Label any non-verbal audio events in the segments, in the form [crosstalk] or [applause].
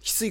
水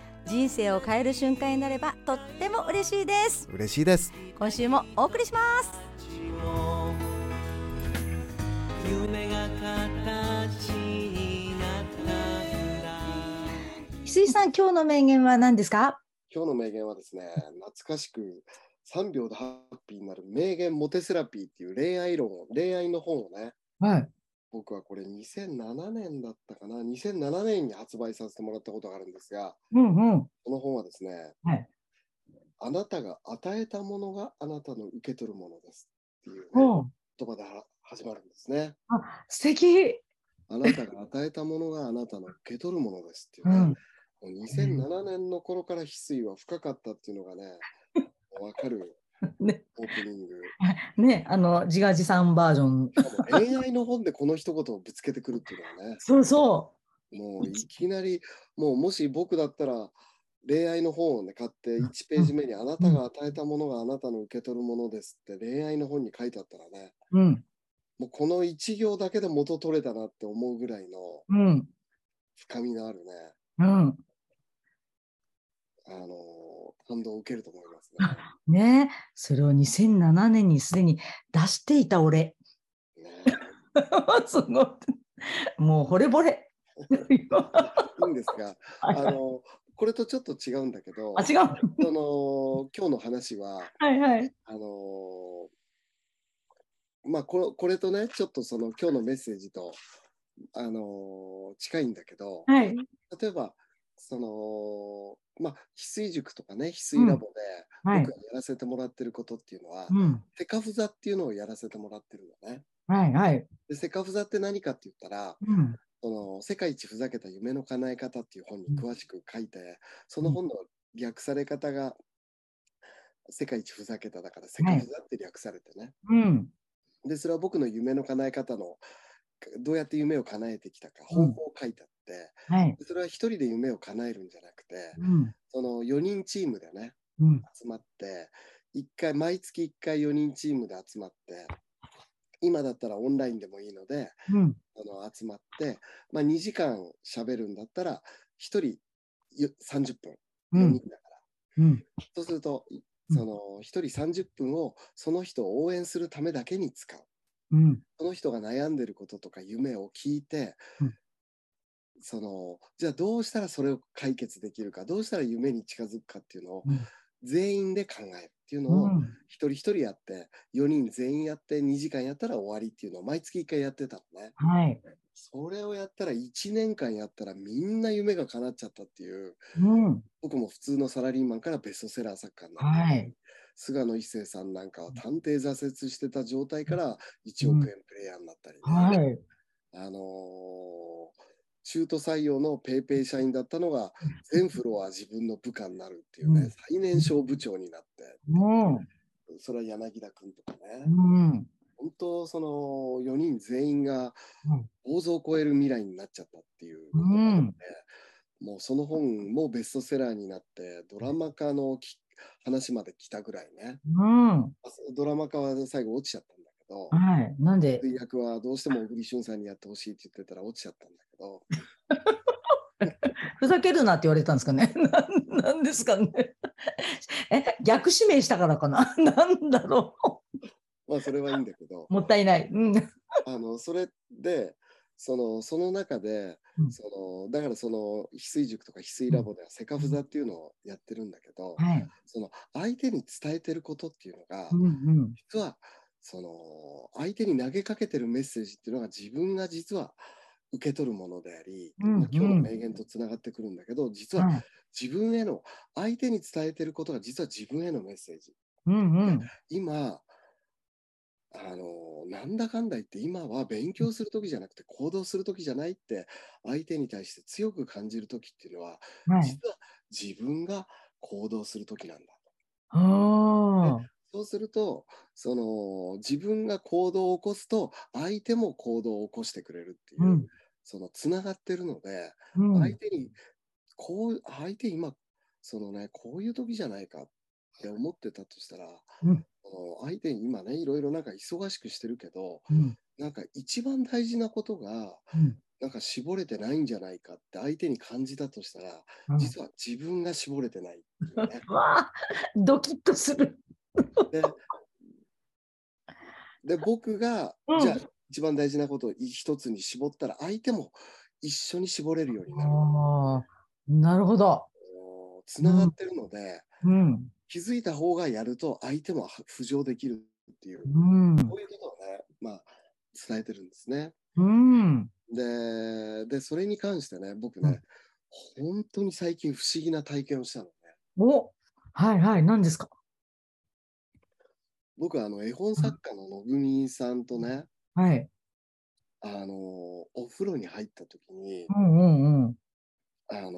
人生を変える瞬間になればとっても嬉しいです嬉しいです今週もお送りします夢が形になったんだ翡翠さん今日の名言は何ですか今日の名言はですね懐かしく3秒でハッピーになる名言モテセラピーっていう恋愛論を恋愛の本をねはい。僕はこれ2007年だったかな2007年に発売させてもらったことがあるんですがうんうん。この本はですね、はいあなたが与えたものがあなたの受け取るものですっていうね、おう言葉では始まるんですね。素敵。あなたが与えたものがあなたの受け取るものですっていううね、ん。もう2007年の頃から翡翠は深かったっていうのがね、わかるね、オープニング。ね、あの、自画自賛バージョン。しかも恋愛の本でこの一言をぶつけてくるっていうのはね、そうそもういきなり、もうもし僕だったら、恋愛の本をね、買って1ページ目にあなたが与えたものがあなたの受け取るものですって恋愛の本に書いてあったらね、う。うん。もうこの1行だけで元取れたなって思うぐらいのうん。深みのあるね、うん。あのー感動を受けると思いますね。ね、それを2007年にすでに出していた俺。 [laughs] ねすごい。もう惚れ [laughs] 惚れ。いいんですが、あのーこれとちょっと違うんだけどあ、、違う。その今日の話は、はいはい。あのーまあこのこれとねちょっとその今日のメッセージと、あのー近いんだけどはい。例えばそのまあ翡翠塾とかね翡翠ラボではい僕。がやらせてもらってることっていうのは、うん。セカフザっていうのをやらせてもらってるのね。はいはい。でセカフザって何かって言ったらうん。 「その世界一ふざけた夢の叶え方」っていう本に詳しく書いてその本の略され方が「世界一ふざけた」だから「セカフザ」って略されてね。うん。で、それは僕の夢の叶え方の、どうやって夢を叶えてきたか、方法を書いてあって、はい。でそれは一人で夢を叶えるんじゃなくて、うん。その4人チームでね、うん。集まって、一回、毎月1回4人チームで集まって、今だったらオンラインでもいいので、うん。あの集まって、まあ、2時間喋るんだったら、1人よ30分、う4ん人。だから。うん。そうすると、うんその1人30分をその人を応援するためだけに使う。うん。その人が悩んでることとか夢を聞いて、うんそのじゃあどうしたらそれを解決できるかどうしたら夢に近づくかっていうのをうん全員で考えるっていうのうをん。一人一人やって4人全員やって2時間やったら終わりっていうのを毎月1回やってたのねはい。それをやったら1年間やったらみんな夢が叶っちゃったっていううん。僕も普通のサラリーマンからベストセラー作家になって、はい。菅野一生さんなんかは探偵挫折してた状態から1億円プレイヤーになったり、ねはい。あのー中途採用のペイペイ社員だったのが全フロア自分の部下になるっていうね、うん最年少部長になってうん。それは柳田君とかね、うん。本当その4人全員がうん想像を超える未来になっちゃったっていうことなので、もうその本もベストセラーになってドラマ化のき話まで来たぐらいねうん。ドラマ化は最後落ちちゃったんだけど。はい。なんで、通訳はどうしても小栗旬さんにやってほしいって言ってたら落ちちゃったんだけど、ふざけるなって言われたんですかね。 [laughs] なんなんですかね。 [laughs] え、逆指名したからかな。 [laughs] なんだろまあそれはいいんだけど [laughs] う。、もったいない。うん。あのそれでそのその中で、うんそのだからその翡翠塾とか翡翠ラボではセカフザっていうのをやってるんだけど、はい。その相手に伝えてることっていうのが、うんうん。実はその相手に投げかけてるメッセージっていうのが自分が実は受け取るものであり、うんまあ今日うのん名言とつながってくるんだけど実ははい。自分への相手に伝えてることが実は自分へのメッセージ。うんうん。今あのなんだかんだ言って今は勉強する時じゃなくて行動する時じゃないって相手に対して強く感じる時っていうのは、はい。実は自分が行動する時なんだああ。そうするとその自分が行動を起こすと相手も行動を起こしてくれるっていう、うんそのつながってるので、うん相手にこう相手今そのねこういう時じゃないかって思ってたとしたら、うんあの相手に今ねいろいろなんか忙しくしてるけどうんなんか一番大事なことがうんなんか絞れてないんじゃないかって相手に感じたとしたら、うん実は自分が絞れてないって [laughs] いうねわあドキッとする。でで僕が、うんじゃあ一番大事なことを一つに絞ったら相手も一緒に絞れるようになるああなるほど。つながってるので、うん気づいた方がやると相手も浮上できるっていう、うんこういうことをね、まあ、伝えてるんですね。うんで、でそれに関してね、僕ね、本当に最近不思議な体験をしたのね。おはいはい何ですか。僕はあの絵本作家ののぶみさんとね、はい。あのお風呂に入った時に、うんうんうん。あの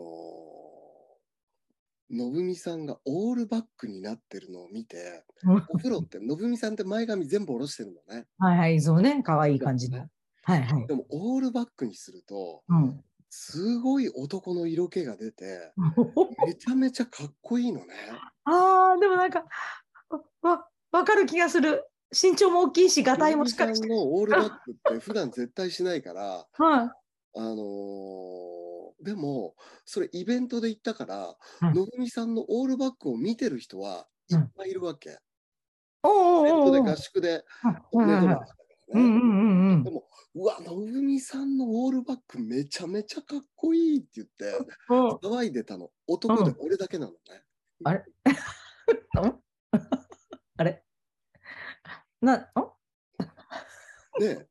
のぶみさんがオールバックになってるのを見て、うんお風呂ってのぶみさんって前髪全部下ろしてるのね。はいはいそうね可愛い感じの。はいはい。でもオールバックにすると、うん。 [laughs] すごい男の色気が出て、めちゃめちゃかっこいいのね。ああでもなんかわわかる気がする。身長も大きいし、ガタイもしっかりしヒロてミ。さんのオールバックって普段絶対しないから、はい。あのーでも、それイベントで行ったから、うんのぶみさんのオールバックを見てる人はいっぱいいるわけ。おイベントうおうおうでおう合宿で、うんねうドラマんうんだったうからねんうんうんでも、うわ、のぶみさんのオールバックめちゃめちゃかっこいいって言って、うん。騒いでたの、男で俺だけなのね。んあれな、んで、あうん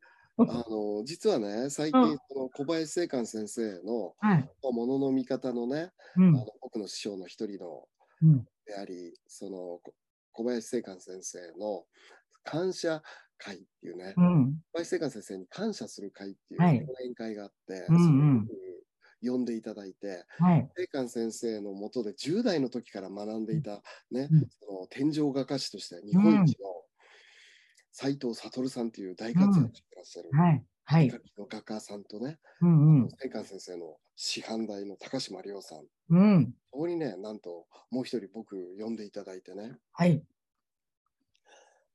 の実はね最う近んその小林聖寛先生のはい。 「ものの見方」のね、あうんの。僕の師匠の一人のうんでありそのこ小林聖寛先生の「感謝会」っていうね、う小ん。林聖寛先生に感謝する会っていうはい講演会があって、うんうんそこに呼んでいただいてはい。聖寛先生のもとで10代の時から学んでいた、ねうんその天井画家師として日本一の斎藤悟さんという大活躍してらっしゃる。はい。はい。の画家さんとね、うんうん。千川先生の師範代の高島亮さん、うん。そこにね、なんともう一人僕呼んでいただいてね、はい。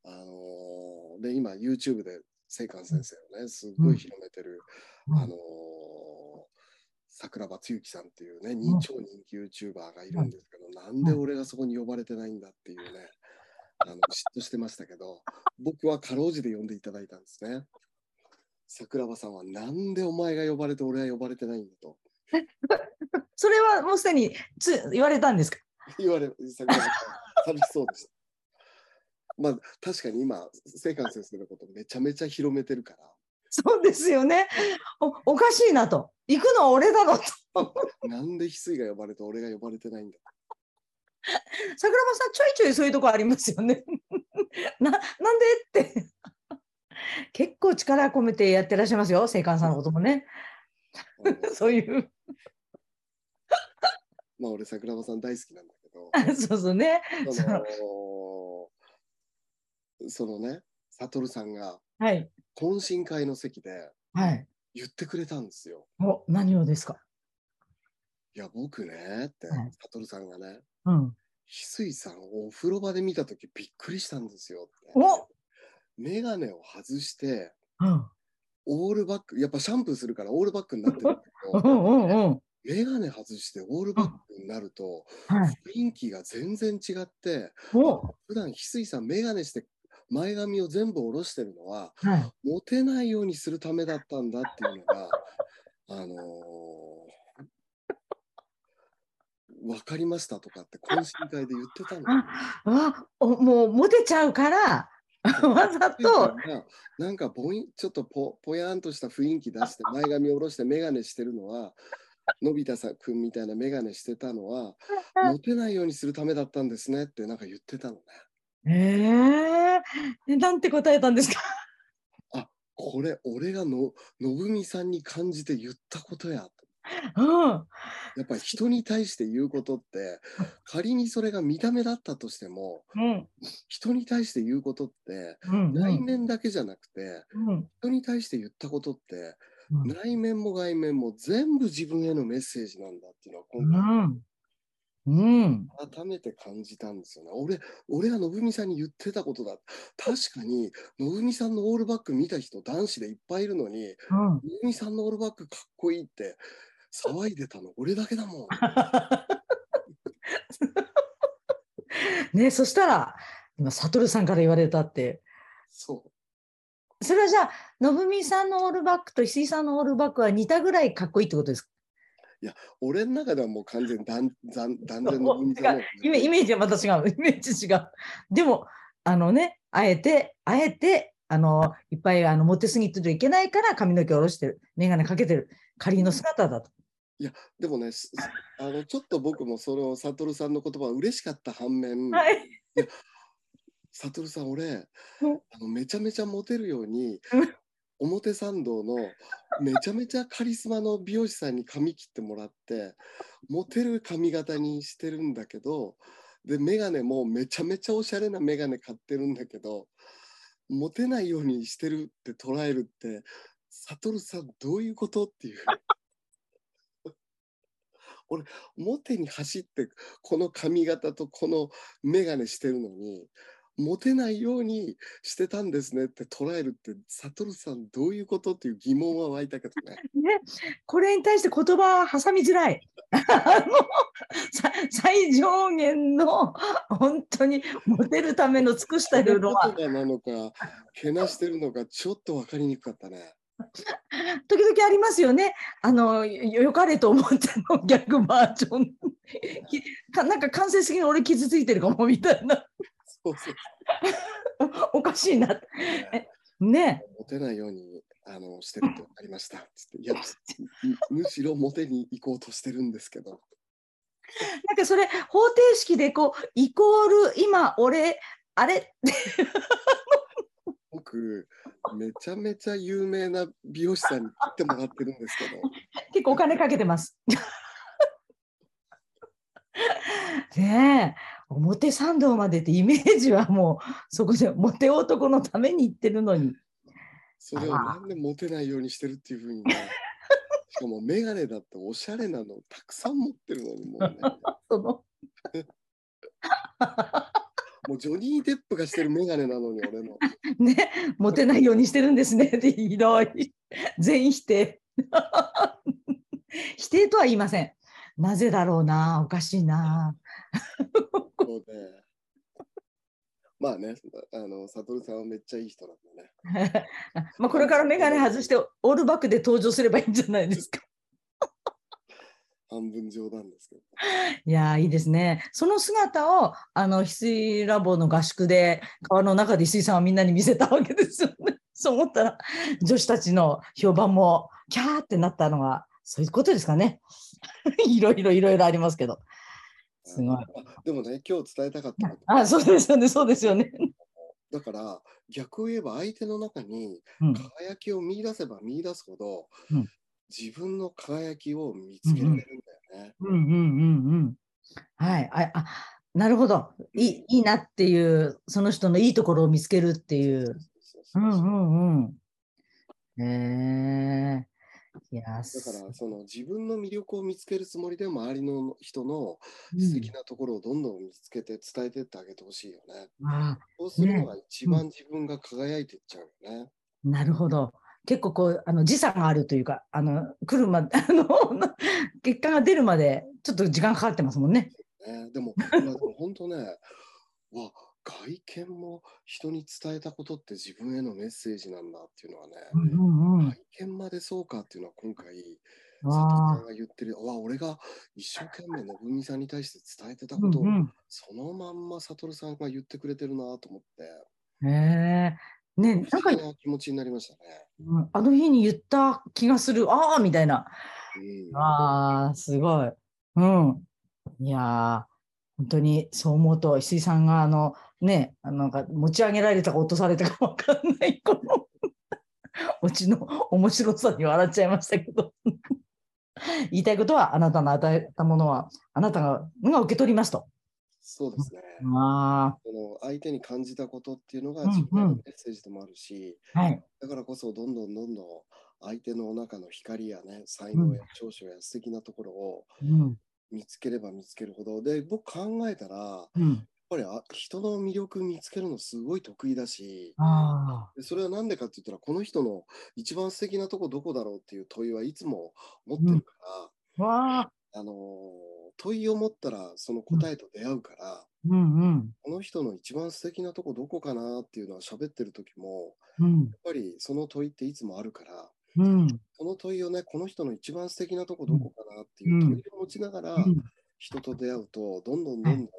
あのーで、今 YouTube で千川先生をね、すっごい広めてる、うんあのー桜庭つゆきさんっていうね、人超人気 YouTuber がいるんですけど、なんで俺がそこに呼ばれてないんだっていうね、あの嫉妬してましたけど、僕はかろうじて呼んでいただいたんですね。桜庭さんはなんでお前が呼ばれて俺は呼ばれてないんだと。それはもうすでにつ言われたんですか [laughs] 言われ桜庭さん寂しそうでした。まあ確かに今、清官先生のことめちゃめちゃ広めてるから、そうですよね。おおかしいなと。行くのは俺だろと。 [laughs] なんで翡翠が呼ばれて俺が呼ばれてないんだ。桜庭さん、ちょいちょいそういうとこありますよね。 [laughs] な、なんでって。 [laughs] 結構力込めてやってらっしゃいますよ、生還さんのこともね。 [laughs] あのそういう。 [laughs] まあ俺、桜庭さん大好きなんだけど。そう [laughs] そうね。そのそのね、サトルさんがはい。懇親会の席ではい。言ってくれたんですよ。お、何をですかいや、僕ねって、はいサトルさんがね、うん。翡翠さんをお風呂場で見たときびっくりしたんですよって。おメガネを外して、うん。オールバック、やっぱシャンプーするからオールバックになってるんだうけんど、うんうん。メガネ外してオールバックになると、はい。雰囲気が全然違って、お普段翡翠さんメガネして前髪を全部下ろしてるのは、はい。モテないようにするためだったんだっていうのが、 [laughs] あのー、わかりましたとかって懇親会で言ってたの。あ、あおもうモテちゃうから、 [laughs] わざと、なんかぼんちょっとぽぽやんとした雰囲気出して前髪下ろして眼鏡してるのはのび太さんくんみたいな眼鏡してたのはモテないようにするためだったんですねってなんか言ってたのね。ええなんて答えたんですかこれ俺がののぶみさんに感じて言ったことやと [laughs] うん。やっぱり人に対して言うことって仮にそれが見た目だったとしてもうん。人に対して言うことってうん。内面だけじゃなくてうん。人に対して言ったことってうん。内面も外面も全部自分へのメッセージなんだっていうのは今うん。うん。回改めて感じたんですよね。俺俺はのぶみさんに言ってたことだ確かにのぶみさんのオールバック見た人男子でいっぱいいるのにうん。のぶみさんのオールバックかっこいいって騒いでたの俺だけだ [laughs] もん。ね、そしたら、今、サトルさんから言われたって。そうそれはじゃあ、のぶみさんのオールバックと石井さんのオールバックは似たぐらいかっこいいってことですか俺の中ではもう完全に断断断然の文化のイメイメージはまた違う。イメージ違う。でも、あのね、あえて、あえて、あの、いっぱいあのモテすぎてるいけないから髪の毛下ろしてる。眼鏡かけてる。仮の姿だと。でもねすすあのちょっと僕もその悟さんの言葉は嬉しかった反面、はい。悟さん俺あのめちゃめちゃモテるようにうん表参道のめちゃめちゃカリスマの美容師さんに髪切ってもらってモテる髪型にしてるんだけどで眼鏡もめちゃめちゃおしゃれな眼鏡買ってるんだけどモテないようにしてるって捉えるって悟さんどういうことっていう [laughs] 俺モテに走ってこの髪型とこの眼鏡してるのにモテないようにしてたんですねって捉えるって悟さんどういうことっていう疑問は湧いたけど [laughs] ね。ね、これに対して言葉は挟みづらい。あのさ最上限の本当にモテるための尽くしたルールは言葉なのか [laughs] けなしてるのかちょっと分かりにくかったね。時々ありますよね。あの、よよかれと思っての逆バージョン。 [laughs] きかなんか間接的に俺傷ついてるかもみたいな。そうそうおかしいな。えねモテないようにあのしてるって分かりましたつっていやむむしろモテに行こうとしてるんですけどえ。なんかそれ方程式でこう、イコール今俺、あれ僕めちゃめちゃ有名な美容師さんに来てもらってるんですけど結構お金かけてます。 [laughs] ねえ表参道までってイメージはもうそこでモテ男のために行ってるのにそれをなんでモテないようにしてるっていうふう [laughs] にねしかも眼鏡だっておしゃれなのたくさん持ってるのにもうねその [laughs] もうジョニー・デップがしてる眼鏡なのに俺のねモテないようにしてるんですねってひどい全否定 [laughs] 否定とは言いませんなぜだろうなおかしいなこうでまあねあの悟さんはめっちゃいい人なんでね [laughs] まあこれから眼鏡外してオールバックで登場すればいいんじゃないですか半分冗談ですけど [laughs] いやーいいですね。その姿をあの翡翠ラボの合宿で川の中で翡翠さんはみんなに見せたわけですよね。 [laughs] そう思ったら女子たちの評判もキャーってなったのがそういうことですかね。 [laughs] いろいろいろいろありますけど。すごい。あでもね今日伝えたかったことあそうですよねそうですよね。だから逆を言えば相手の中にうん輝きを見出せば見出すほど、うん自分の輝きを見つけられるんだよね。うんうんうんうん。はい。ああなるほどいい。いいなっていうその人のいいところを見つけるっていう。そううそんうそううんうん。へえ。いや、だかすらその自分の魅力を見つけるつもりで周りの人のうん素敵なところをどんどん見つけて伝えてってあげてほしいよね。ああそうするのが一番自分が輝いていっちゃうよね。なるほど。結構こう、あの、時差があるというか、あの、来るま [laughs] で、あの、結果が出るまで、ちょっと時間かかってますもんね。ね、 [laughs] でもいやでも本当ねわ外見も人に伝えたことって自分へのメッセージなんだっていうのはね、ん外見までそうかっていうのは今回佐藤さわあんが言ってるわ俺が一生懸命のぶみさんに対して伝えてたうことを、んそのまんま悟さんが言ってくれてるなと思ってうん。へえ。ね、不なんか思議、な気持ちになりましたね。うんあの日に言った気がする、ああみたいな。うんああ、すごい。うん。いやー、本当にそう思うと、石井さんが、あの、ね、あのなんか持ち上げられたか落とされたかわかんない、 [laughs] この、オチの面白さに笑っちゃいましたけど。 [laughs] 言いたいことはあなたの与えたものはあなたがが受け取りますと。そうですね。あその相手に感じたことっていうのがうんうん自分のメッセージでもあるし、あはいだからこそどんどんどんどん相手の中の光やね、才能や長所や素敵なところをうん見つければ見つけるほど、で、僕考えたら、やっうん、ぱりあ人の魅力見つけるのすごい得意だし、あでそれは何でかって言ったら、この人の一番素敵なとこどこだろうっていう問いはいつも持ってるから、あわああのー問いを持ったらその答えと出会うから、うんうんこの人の一番素敵なとこどこかなっていうのは喋ってる時もうんやっぱりその問いっていつもあるからうんこの問いをねこの人の一番素敵なとこどこかなっていううん問いを持ちながらうん人と出会うとどんどんどんどん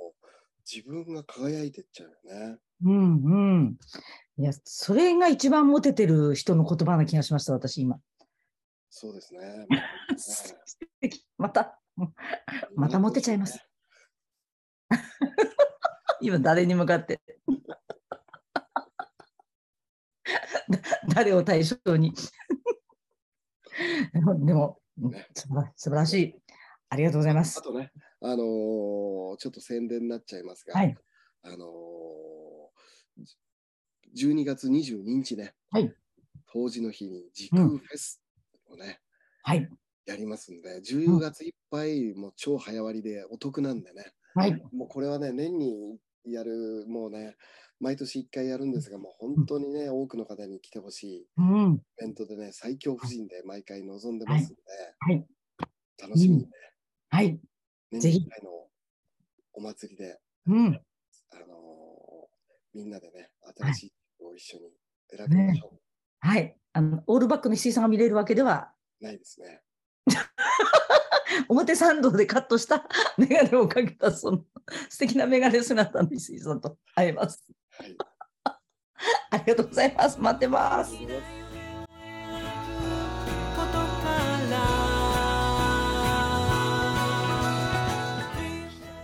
自分が輝いてっちゃうよね。うんうん。いや、それが一番モテてる人の言葉な気がしました、私今。そうですね。素敵 [laughs] また、 [laughs] またモテちゃいます。今誰に向かって。だ [laughs] 誰を対象に。 [laughs] でもでも、素晴ら素晴らしい。ありがとうございまあす。とね、あのーちょっと宣伝になっちゃいますが、はいあのーじ12月22日ね、はい当時の日に時空フェスをね、はい。やりますんで、10月いっぱい、もう超早割りでお得なんでね、はい。もうこれはね、年にやる、もうね、毎年1回やるんですが、もう本当にね、多くの方に来てほしいイうん。ベントでね、最強婦人で毎回臨んでますんで、はい。楽しみにね、はい。年ぜひに1回のお祭りでうん。あのーみんなでね、新しい曲を一緒に選びましょう。はい。あの、オールバックの石井さんが見れるわけではないですね。表参道でカットした [laughs] メガネをかけたその素敵なメガネ姿の石井さんと会えます。はい。ありがとうございます。待ってます。ことから」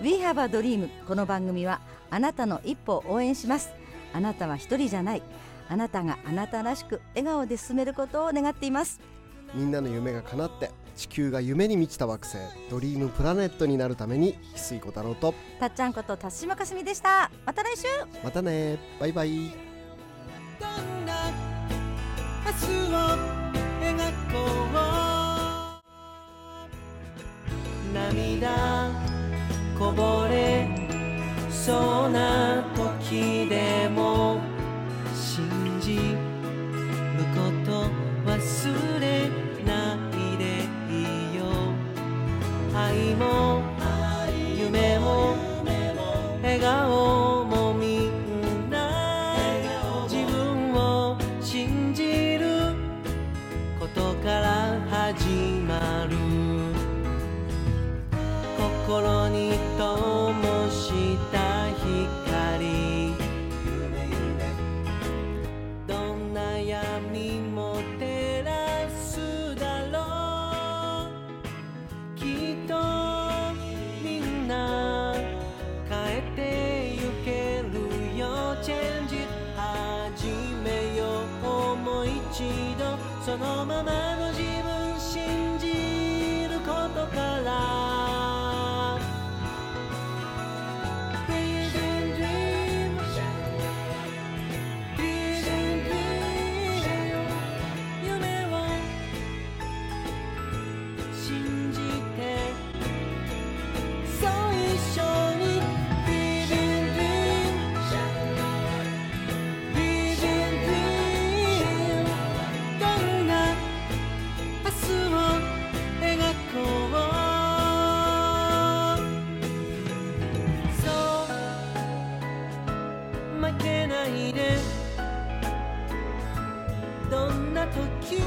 We have a dream この番組はあなたの一歩を応援しますあなたは一人じゃないあなたがあなたらしく笑顔で進めることを願っていますみんなの夢が叶って地球が夢に満ちた惑星ドリームプラネットになるために翡翠小太郎とたっちゃんこと田島かすみでしたまた来週またねバイバイ「どんな明日を描こう」「涙こぼれそうな時でも」「信じること忘れないでいいよ」「愛も夢も」笑顔もみんな自分を信じることから始まる心に灯した光どんな闇も照らすだろうきっとみんな変えてゆけるよチェンジ始めようもう一度そのままの自分信じることから「Believe in dream Believe in dream 夢を信じて」「そう一緒に Live in dream Live in dream どんな明日を描こう」「そう負けないでどんな時も」